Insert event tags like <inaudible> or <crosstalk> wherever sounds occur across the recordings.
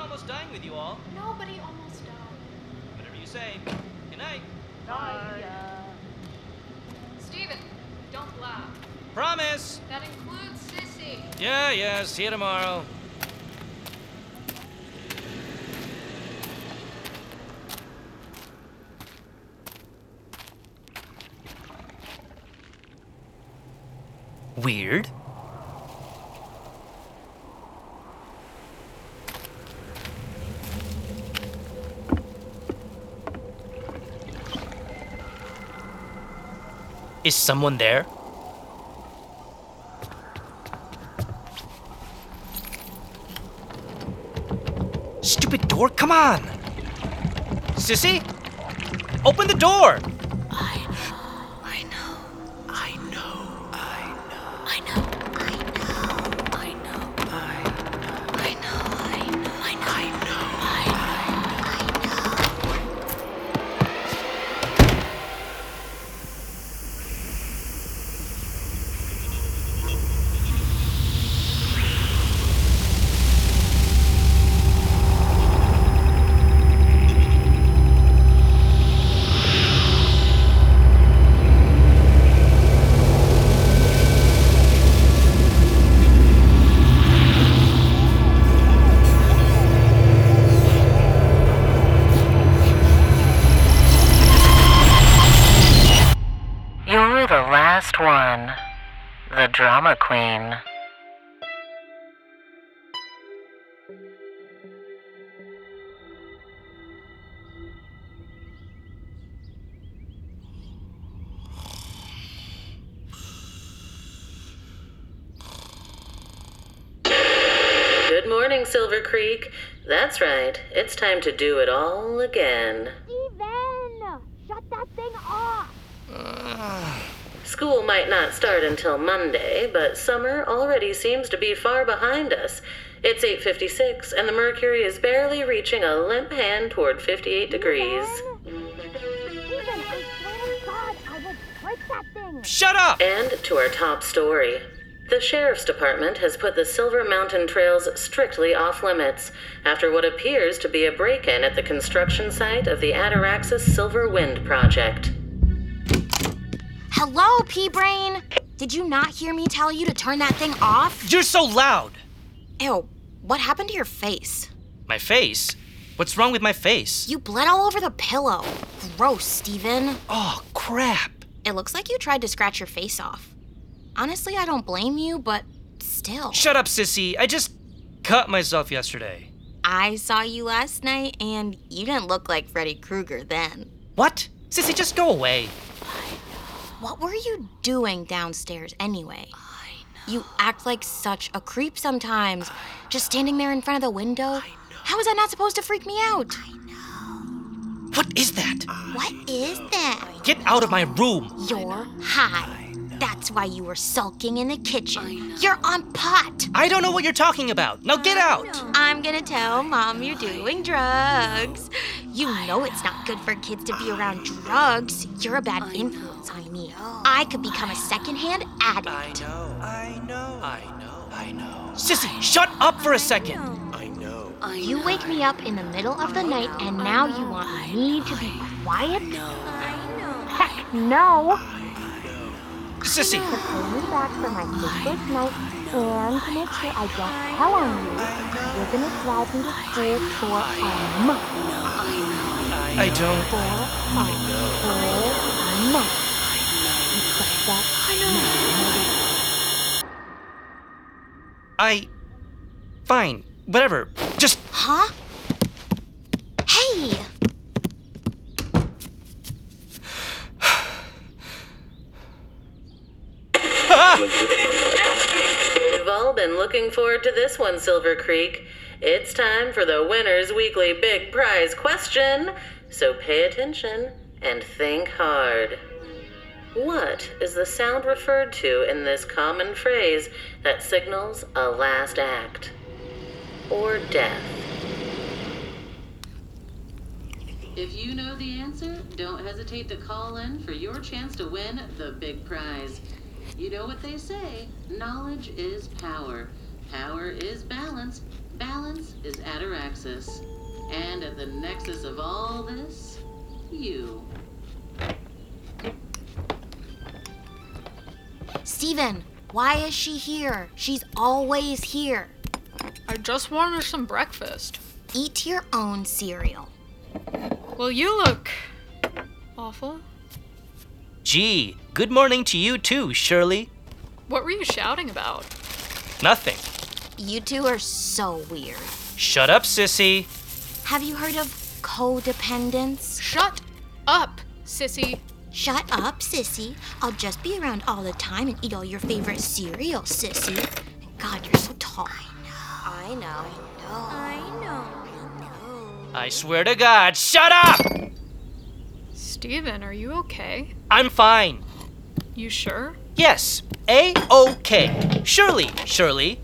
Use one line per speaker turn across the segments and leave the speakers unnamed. almost dying with you all.
Nobody almost died.
Whatever you say. Good night.
Steven, don't laugh.
Promise.
That includes Sissy.
Yeah, yeah. See you tomorrow.
Weird. Is someone there? Stupid door, come on! Sissy? Open the door!
I know.
I know.
I know. I know. I know. I know. I know. I know. I know.
You're the last one. The drama queen. Good morning, Silver Creek. That's right. It's time to do it all again.
Steven! Shut that thing off!
School might not start until Monday, but summer already seems to be far behind us. It's 8:56 and the mercury is barely reaching a limp hand toward 58 degrees.
Steven, I swear to God, I will break that thing!
Shut up.
And to our top story. The sheriff's department has put the Silver Mountain trails strictly off limits after what appears to be a break-in at the construction site of the Ataraxis Silver Wind project.
Hello, P Brain. Did you not hear me tell you to turn that thing off?
You're so loud!
Ew, what happened to your face?
My face? What's wrong with my face?
You bled all over the pillow. Gross, Steven.
Oh, crap.
It looks like you tried to scratch your face off. Honestly, I don't blame you, but still.
Shut up, sissy. I just cut myself yesterday.
I saw you last night, and you didn't look like Freddy Krueger then.
What? Sissy, just go away.
What were you doing downstairs anyway? I know. You act like such a creep sometimes. Just standing there in front of the window. How is that not supposed to freak me out?
What is that?
What is that?
Get out of my room.
You're high. That's why you were sulking in the kitchen. You're on pot.
I don't know what you're talking about. Now get out.
I'm gonna tell mom you're doing drugs. You know it's not good for kids to be around drugs. You're a bad influence on me. I could become a secondhand addict.
know. I know. I know. I know. Sissy, shut up for a second.
You wake me up in the middle of the night and now you want me to be quiet? Heck no!
Sissy,
Bring me back for my sister's night and to make sure I don't tell on you. You're gonna drive me to school for a month.
I don't.
For a month. You got that?
I. Fine. Whatever. Just.
Huh? Hey!
You've all been looking forward to this one, Silver Creek. It's time for the winner's weekly big prize question, so pay attention and think hard. What is the sound referred to in this common phrase that signals a last act? Or death? If you know the answer, don't hesitate to call in for your chance to win the big prize. You know what they say knowledge is power, power is balance, Balance is at her axis. And at the nexus of all this, you.
Steven, why is she here? She's always here.
I just wanted her some breakfast.
Eat your own cereal.
Well, you look awful.
Gee, good morning to you too, Shirley.
What were you shouting about?
Nothing.
You two are so weird.
Shut up, sissy.
Have you heard of codependence?
Shut up, sissy.
Shut up, sissy. I'll just be around all the time and eat all your favorite cereal, sissy. God, you're so tall. I know. I know. I know.
I swear to God, shut up!
Steven, are you okay?
I'm fine.
You sure?
Yes, A OK. Shirley, Shirley.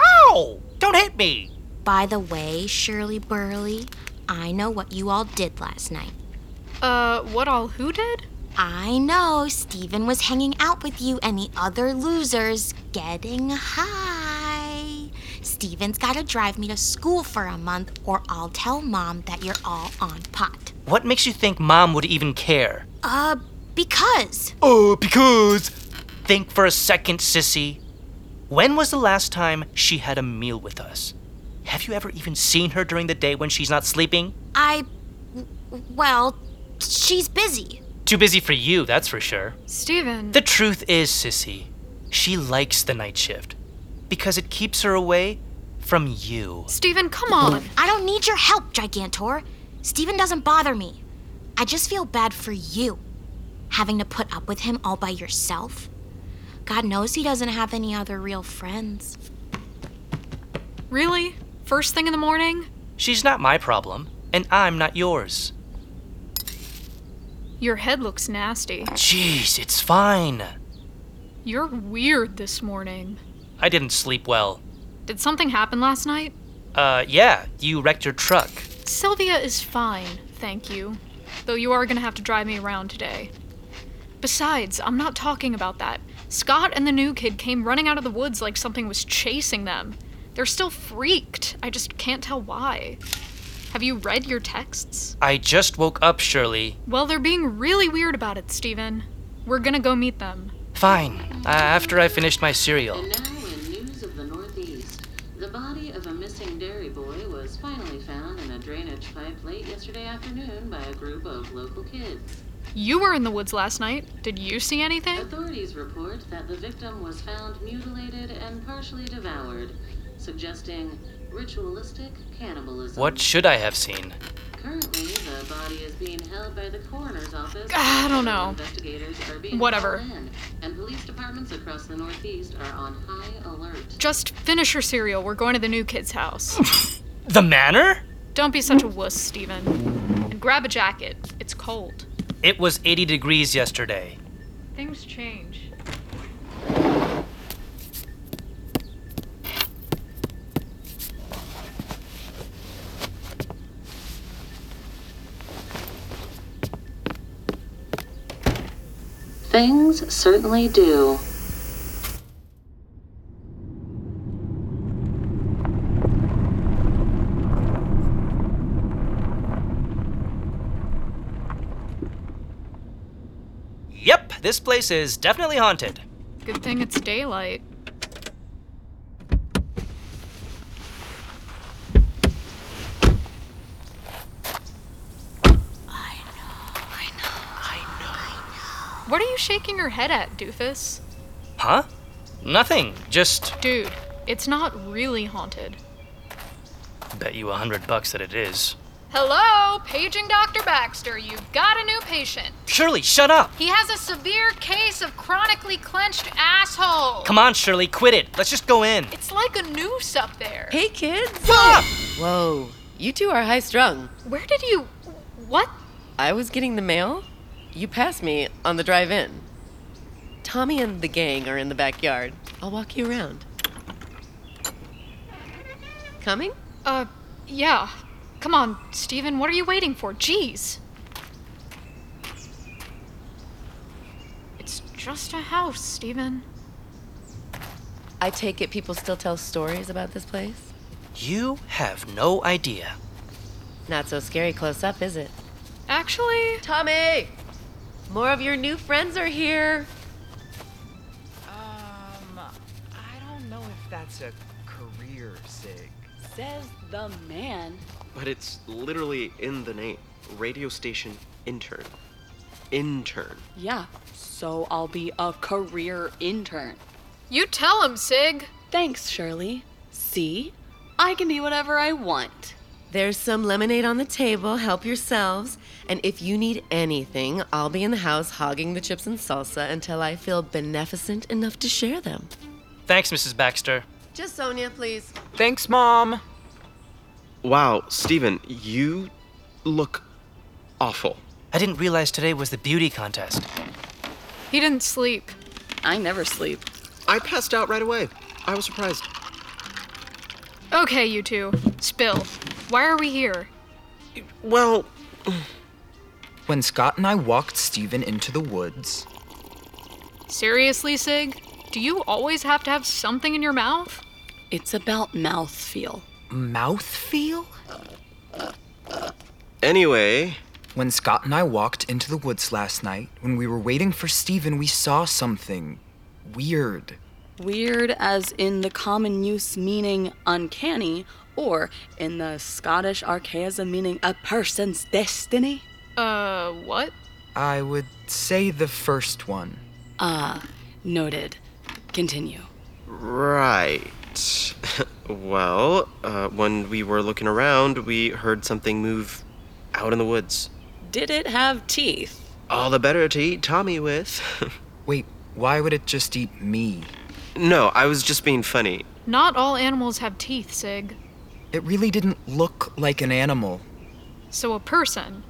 Ow! Don't hit me.
By the way, Shirley Burley, I know what you all did last night.
Uh, what all who did?
I know Steven was hanging out with you and the other losers getting high. Steven's gotta drive me to school for a month or I'll tell mom that you're all on pot.
What makes you think mom would even care?
Uh, because
Oh, because. Think for a second, sissy. When was the last time she had a meal with us? Have you ever even seen her during the day when she's not sleeping?
I. w- Well, she's busy.
Too busy for you, that's for sure.
Steven.
The truth is, Sissy, she likes the night shift because it keeps her away from you.
Steven, come on.
I don't need your help, Gigantor. Steven doesn't bother me. I just feel bad for you. Having to put up with him all by yourself. God knows he doesn't have any other real friends.
Really? First thing in the morning?
She's not my problem, and I'm not yours.
Your head looks nasty.
Jeez, it's fine.
You're weird this morning.
I didn't sleep well.
Did something happen last night?
Uh, yeah, you wrecked your truck.
Sylvia is fine, thank you. Though you are gonna have to drive me around today. Besides, I'm not talking about that. Scott and the new kid came running out of the woods like something was chasing them. They're still freaked. I just can't tell why. Have you read your texts?
I just woke up, Shirley.
Well, they're being really weird about it, Steven. We're gonna go meet them.
Fine, uh, after I finished my cereal.
And now, in news of the Northeast, the body of a missing dairy boy was finally found in a drainage pipe late yesterday afternoon by a group of local kids.
You were in the woods last night. Did you see anything?
Authorities report that the victim was found mutilated and partially devoured, suggesting ritualistic cannibalism.
What should I have seen?
Currently, the body is being held by the coroner's office.
Ah, I don't know.
Investigators are being
Whatever.
called in, and police departments across the Northeast are on high alert.
Just finish your cereal. We're going to the new kid's house.
The manor?
Don't be such a wuss, Steven. And grab a jacket. It's cold.
It was 80 degrees yesterday.
Things change.
Things certainly do.
Yep, this place is definitely haunted.
Good thing it's daylight. What are you shaking your head at, doofus?
Huh? Nothing. Just
Dude, it's not really haunted.
bet you a hundred bucks that it is.
Hello, paging Dr. Baxter. You've got a new patient.
Shirley, shut up!
He has a severe case of chronically clenched asshole.
Come on, Shirley, quit it. Let's just go in.
It's like a noose up there.
Hey, kids!
Ah!
Whoa, you two are high strung.
Where did you. What?
I was getting the mail. You passed me on the drive in. Tommy and the gang are in the backyard. I'll walk you around. Coming?
Uh, yeah. Come on, Steven, what are you waiting for? Jeez. It's just a house, Steven.
I take it people still tell stories about this place?
You have no idea.
Not so scary close up, is it?
Actually,
Tommy! More of your new friends are here.
Um, I don't know if that's a career sig.
Says the man.
But it's literally in the name radio station intern. Intern.
Yeah, so I'll be a career intern.
you tell him, Sig.
Thanks, Shirley. See? I can be whatever I want.
There's some lemonade on the table. Help yourselves. And if you need anything, I'll be in the house hogging the chips and salsa until I feel beneficent enough to share them.
Thanks, Mrs. Baxter.
Just Sonia, please.
Thanks, Mom.
Wow, Steven, you look awful.
I didn't realize today was the beauty contest.
He didn't sleep.
I never sleep.
I passed out right away. I was surprised.
Okay, you two. Spill. Why are we here?
Well, <sighs>
When Scott and I walked Steven into the woods,
Seriously, Sig? Do you always have to have something in your mouth?
It's about mouthfeel.
mouth feel?
anyway,
When Scott and I walked into the woods last night, when we were waiting for Steven, we saw something weird.
Weird as in the common use meaning uncanny, or in the Scottish archaism meaning a person's destiny.
Uh, what?
I would say the first one.
Noted. Continue.
right. <laughs> well, uh, when we were looking around, we heard something move out in the woods.
Did it have teeth?
All the better to eat Tommy with.
Wait, why would it just eat me?
no, I was just being funny.
Not all animals have teeth, Sig.
It really didn't look like an animal.
So a person.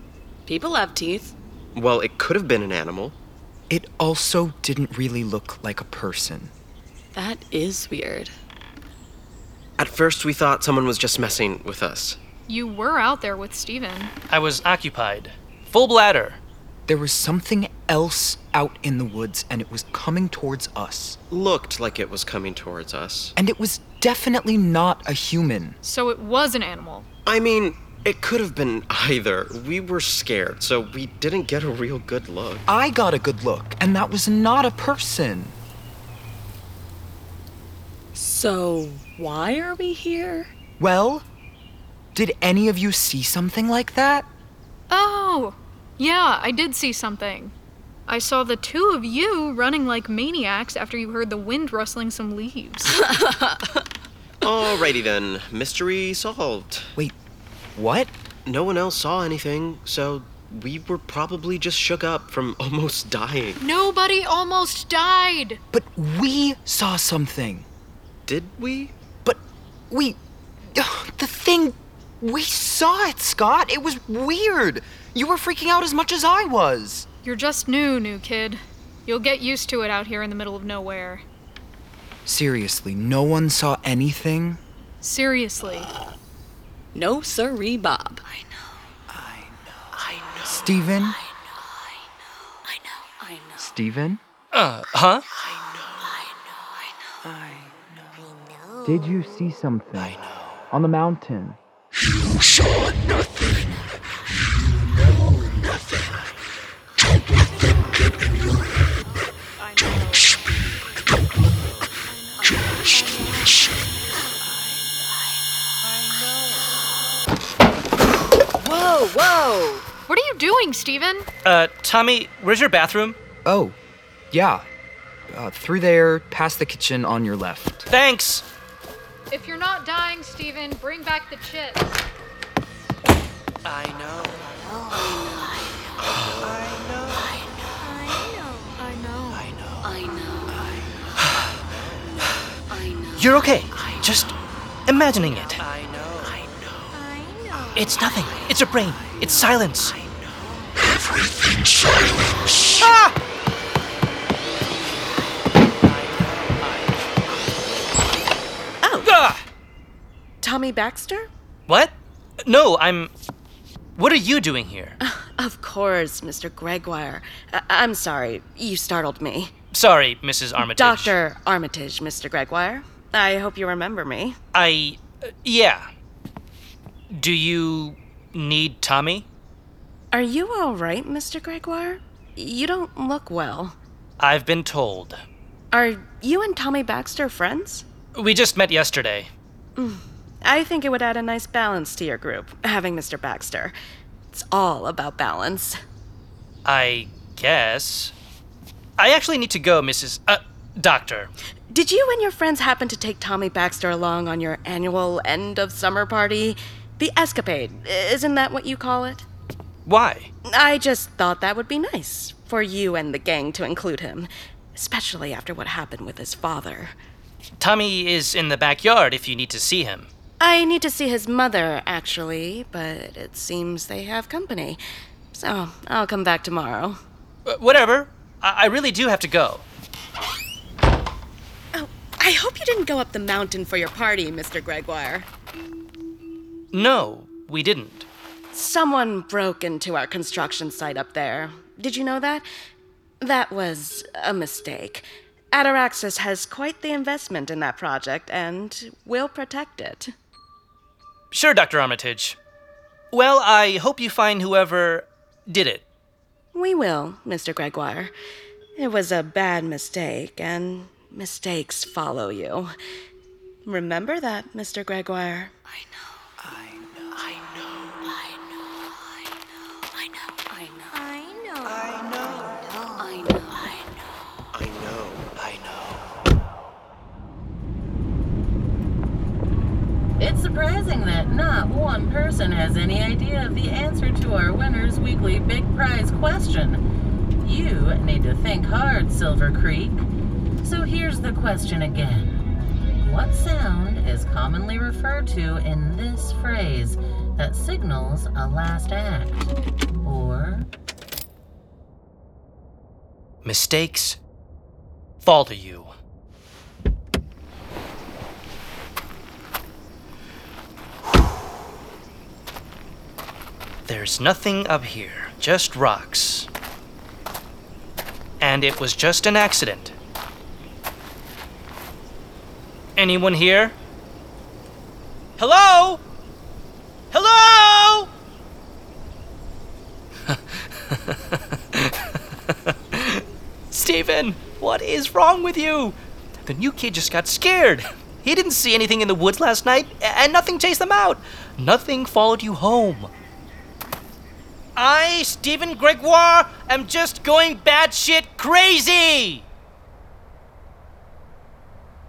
People have teeth.
Well, it could have been an animal.
It also didn't really look like a person.
That is weird.
At first, we thought someone was just messing with us.
You were out there with Steven.
I was occupied. Full bladder.
There was something else out in the woods, and it was coming towards us.
Looked like it was coming towards us.
And it was definitely not a human.
So it was an animal.
I mean, it could have been either. We were scared, so we didn't get a real good look.
I got a good look, and that was not a person.
So, why are we here?
Well, did any of you see something like that?
Oh! Yeah, I did see something. I saw the two of you running like maniacs after you heard the wind rustling some leaves.
Alrighty then, mystery solved.
Wait, what?
No one else saw anything, so we were probably just shook up from <laughs> almost dying.
Nobody almost died!
But we saw something.
Did we?
But we. The thing. We saw it, Scott. It was weird. You were freaking out as much as I was.
You're just new, new kid. You'll get used to it out here in the middle of nowhere.
Seriously, no one saw anything?
Seriously.
No siree, Bob.
Steven? I know, I know, I know, I know. Steven?
Uh, huh?
Did you see something? I know. On the mountain.
Whoa, whoa!
What are you doing, Steven?
Uh, Tommy, where's your bathroom?
Oh, yeah. Uh, through there, past the kitchen on your left.
Thanks!
If you're not dying, Steven, bring back the chips.
I know.
I know. I know.
You're okay. Just imagining it. I know. It's nothing. It's a brain. It's silence. Ah!
Oh,
Ah!
Tommy Baxter?
What? No, I'm. What are you doing here?
Of course, Mr. Gregoire. I- I'm sorry, you startled me.
Sorry, Mrs. Armitage.
Dr. Armitage, Mr. Gregoire. I hope you remember me.
I uh, Yeah. Do you need Tommy?
Are you all right, Mr. Gregoire? You don't look well.
I've been told.
Are you and Tommy Baxter friends?
We just met yesterday.
Mm. I think it would add a nice balance to your group, having Mr. Baxter. It's all about balance.
I guess. I actually need to go, Mrs. Uh, Doctor.
Did you and your friends happen to take Tommy Baxter along on your annual end of summer party? The escapade, isn't that what you call it?
Why?
I just thought that would be nice for you and the gang to include him, especially after what happened with his father.
Tommy is in the backyard if you need to see him.
I need to see his mother, actually, but it seems they have company. So I'll come back tomorrow.
Uh, whatever. I-, I really do have to go.
Oh, I hope you didn't go up the mountain for your party, Mr. Gregoire.
No, we didn't.
Someone broke into our construction site up there. Did you know that? That was a mistake. Ataraxis has quite the investment in that project and will protect it.
Sure, Dr. Armitage. Well, I hope you find whoever did it.
We will, Mr. Gregoire. It was a bad mistake, and mistakes follow you. Remember that, Mr. Gregoire.
I know. I know. I know. I know. I know. I know. I know. I know. I know. I know.
I know. I know.
It's surprising that not one person has any idea of the answer to our winner's weekly big prize question. You need to think hard, Silver Creek. So here's the question again What sound is commonly referred to in this phrase that signals a last act? Or
Mistakes follow you. There's nothing up here, just rocks. And it was just an accident. Anyone here? Hello? Hello? Steven, what is wrong with you? The new kid just got scared. He didn't see anything in the woods last night, a- and nothing chased them out. Nothing followed you home. I, Stephen Gregoire, am just going batshit crazy!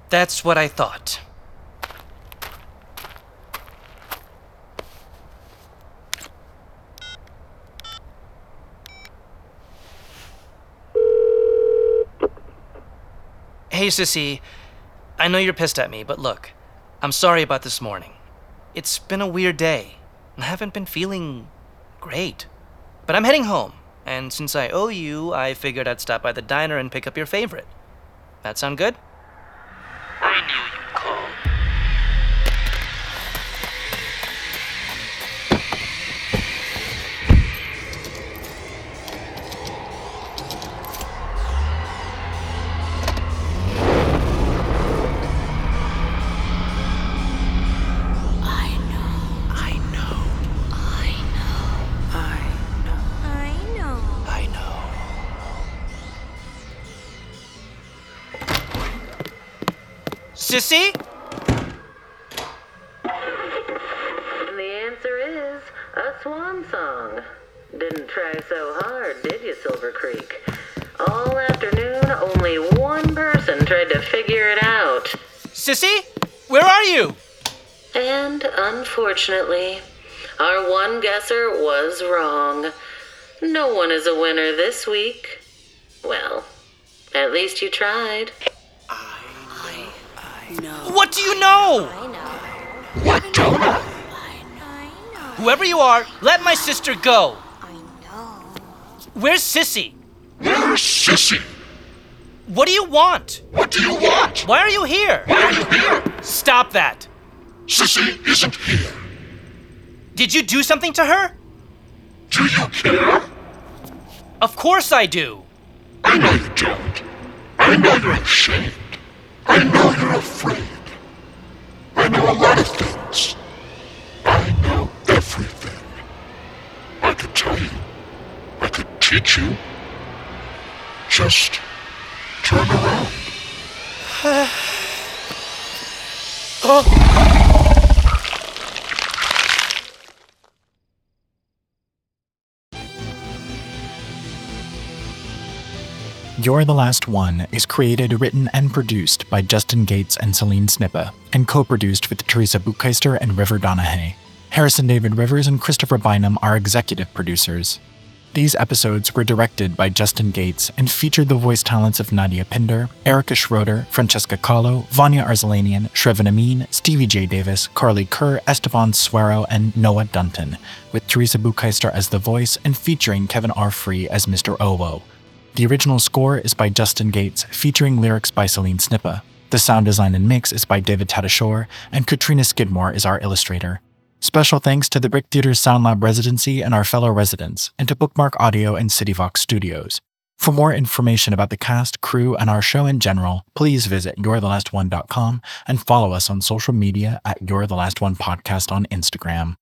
That's what I thought. Hey, Sissy. I know you're pissed at me, but look, I'm sorry about this morning. It's been a weird day. I haven't been feeling great. But I'm heading home, and since I owe you, I figured I'd stop by the diner and pick up your favorite. That sound good? I knew you'd call.
I know. I
I know.
I know.
Sissy?
the answer is a swan song. Didn't try so hard, did you, Silver Creek? All afternoon, only one person tried to figure it out.
Sissy? Where are you?
And unfortunately, our one guesser was wrong. No one is a winner this week. Well, at least you tried.
What do you know? I know. What don't I? Whoever you are, let my sister go. I know. Where's Sissy? Where's Sissy? What do you want? What do you want? Why are you here? Why are you here? Stop that. Sissy isn't here. Did you do something to her? Do you care? Of course I do. I know you don't. I know you're ashamed.
I know you're afraid. I know a lot of things. West. Turn around.
You're the Last One is created, written, and produced by Justin Gates and Celine Snippa, and co produced with Teresa Bucheister and River Donahue. Harrison David Rivers and Christopher Bynum are executive producers. These episodes were directed by Justin Gates and featured the voice talents of Nadia Pinder, Erica Schroeder, Francesca Kahlo, Vanya Arzalanian, Shreven Amin, Stevie J. Davis, Carly Kerr, Esteban Suero, and Noah Dunton, with Teresa Bucheister as the voice and featuring Kevin R. Free as Mr. Owo. The original score is by Justin Gates, featuring lyrics by Celine Snippa. The sound design and mix is by David Tadashore, and Katrina Skidmore is our illustrator. Special thanks to the Brick Theater's Sound Lab residency and our fellow residents, and to Bookmark Audio and CityVox Studios. For more information about the cast, crew, and our show in general, please visit yourthelastone.com and follow us on social media at You're the Last One Podcast on Instagram.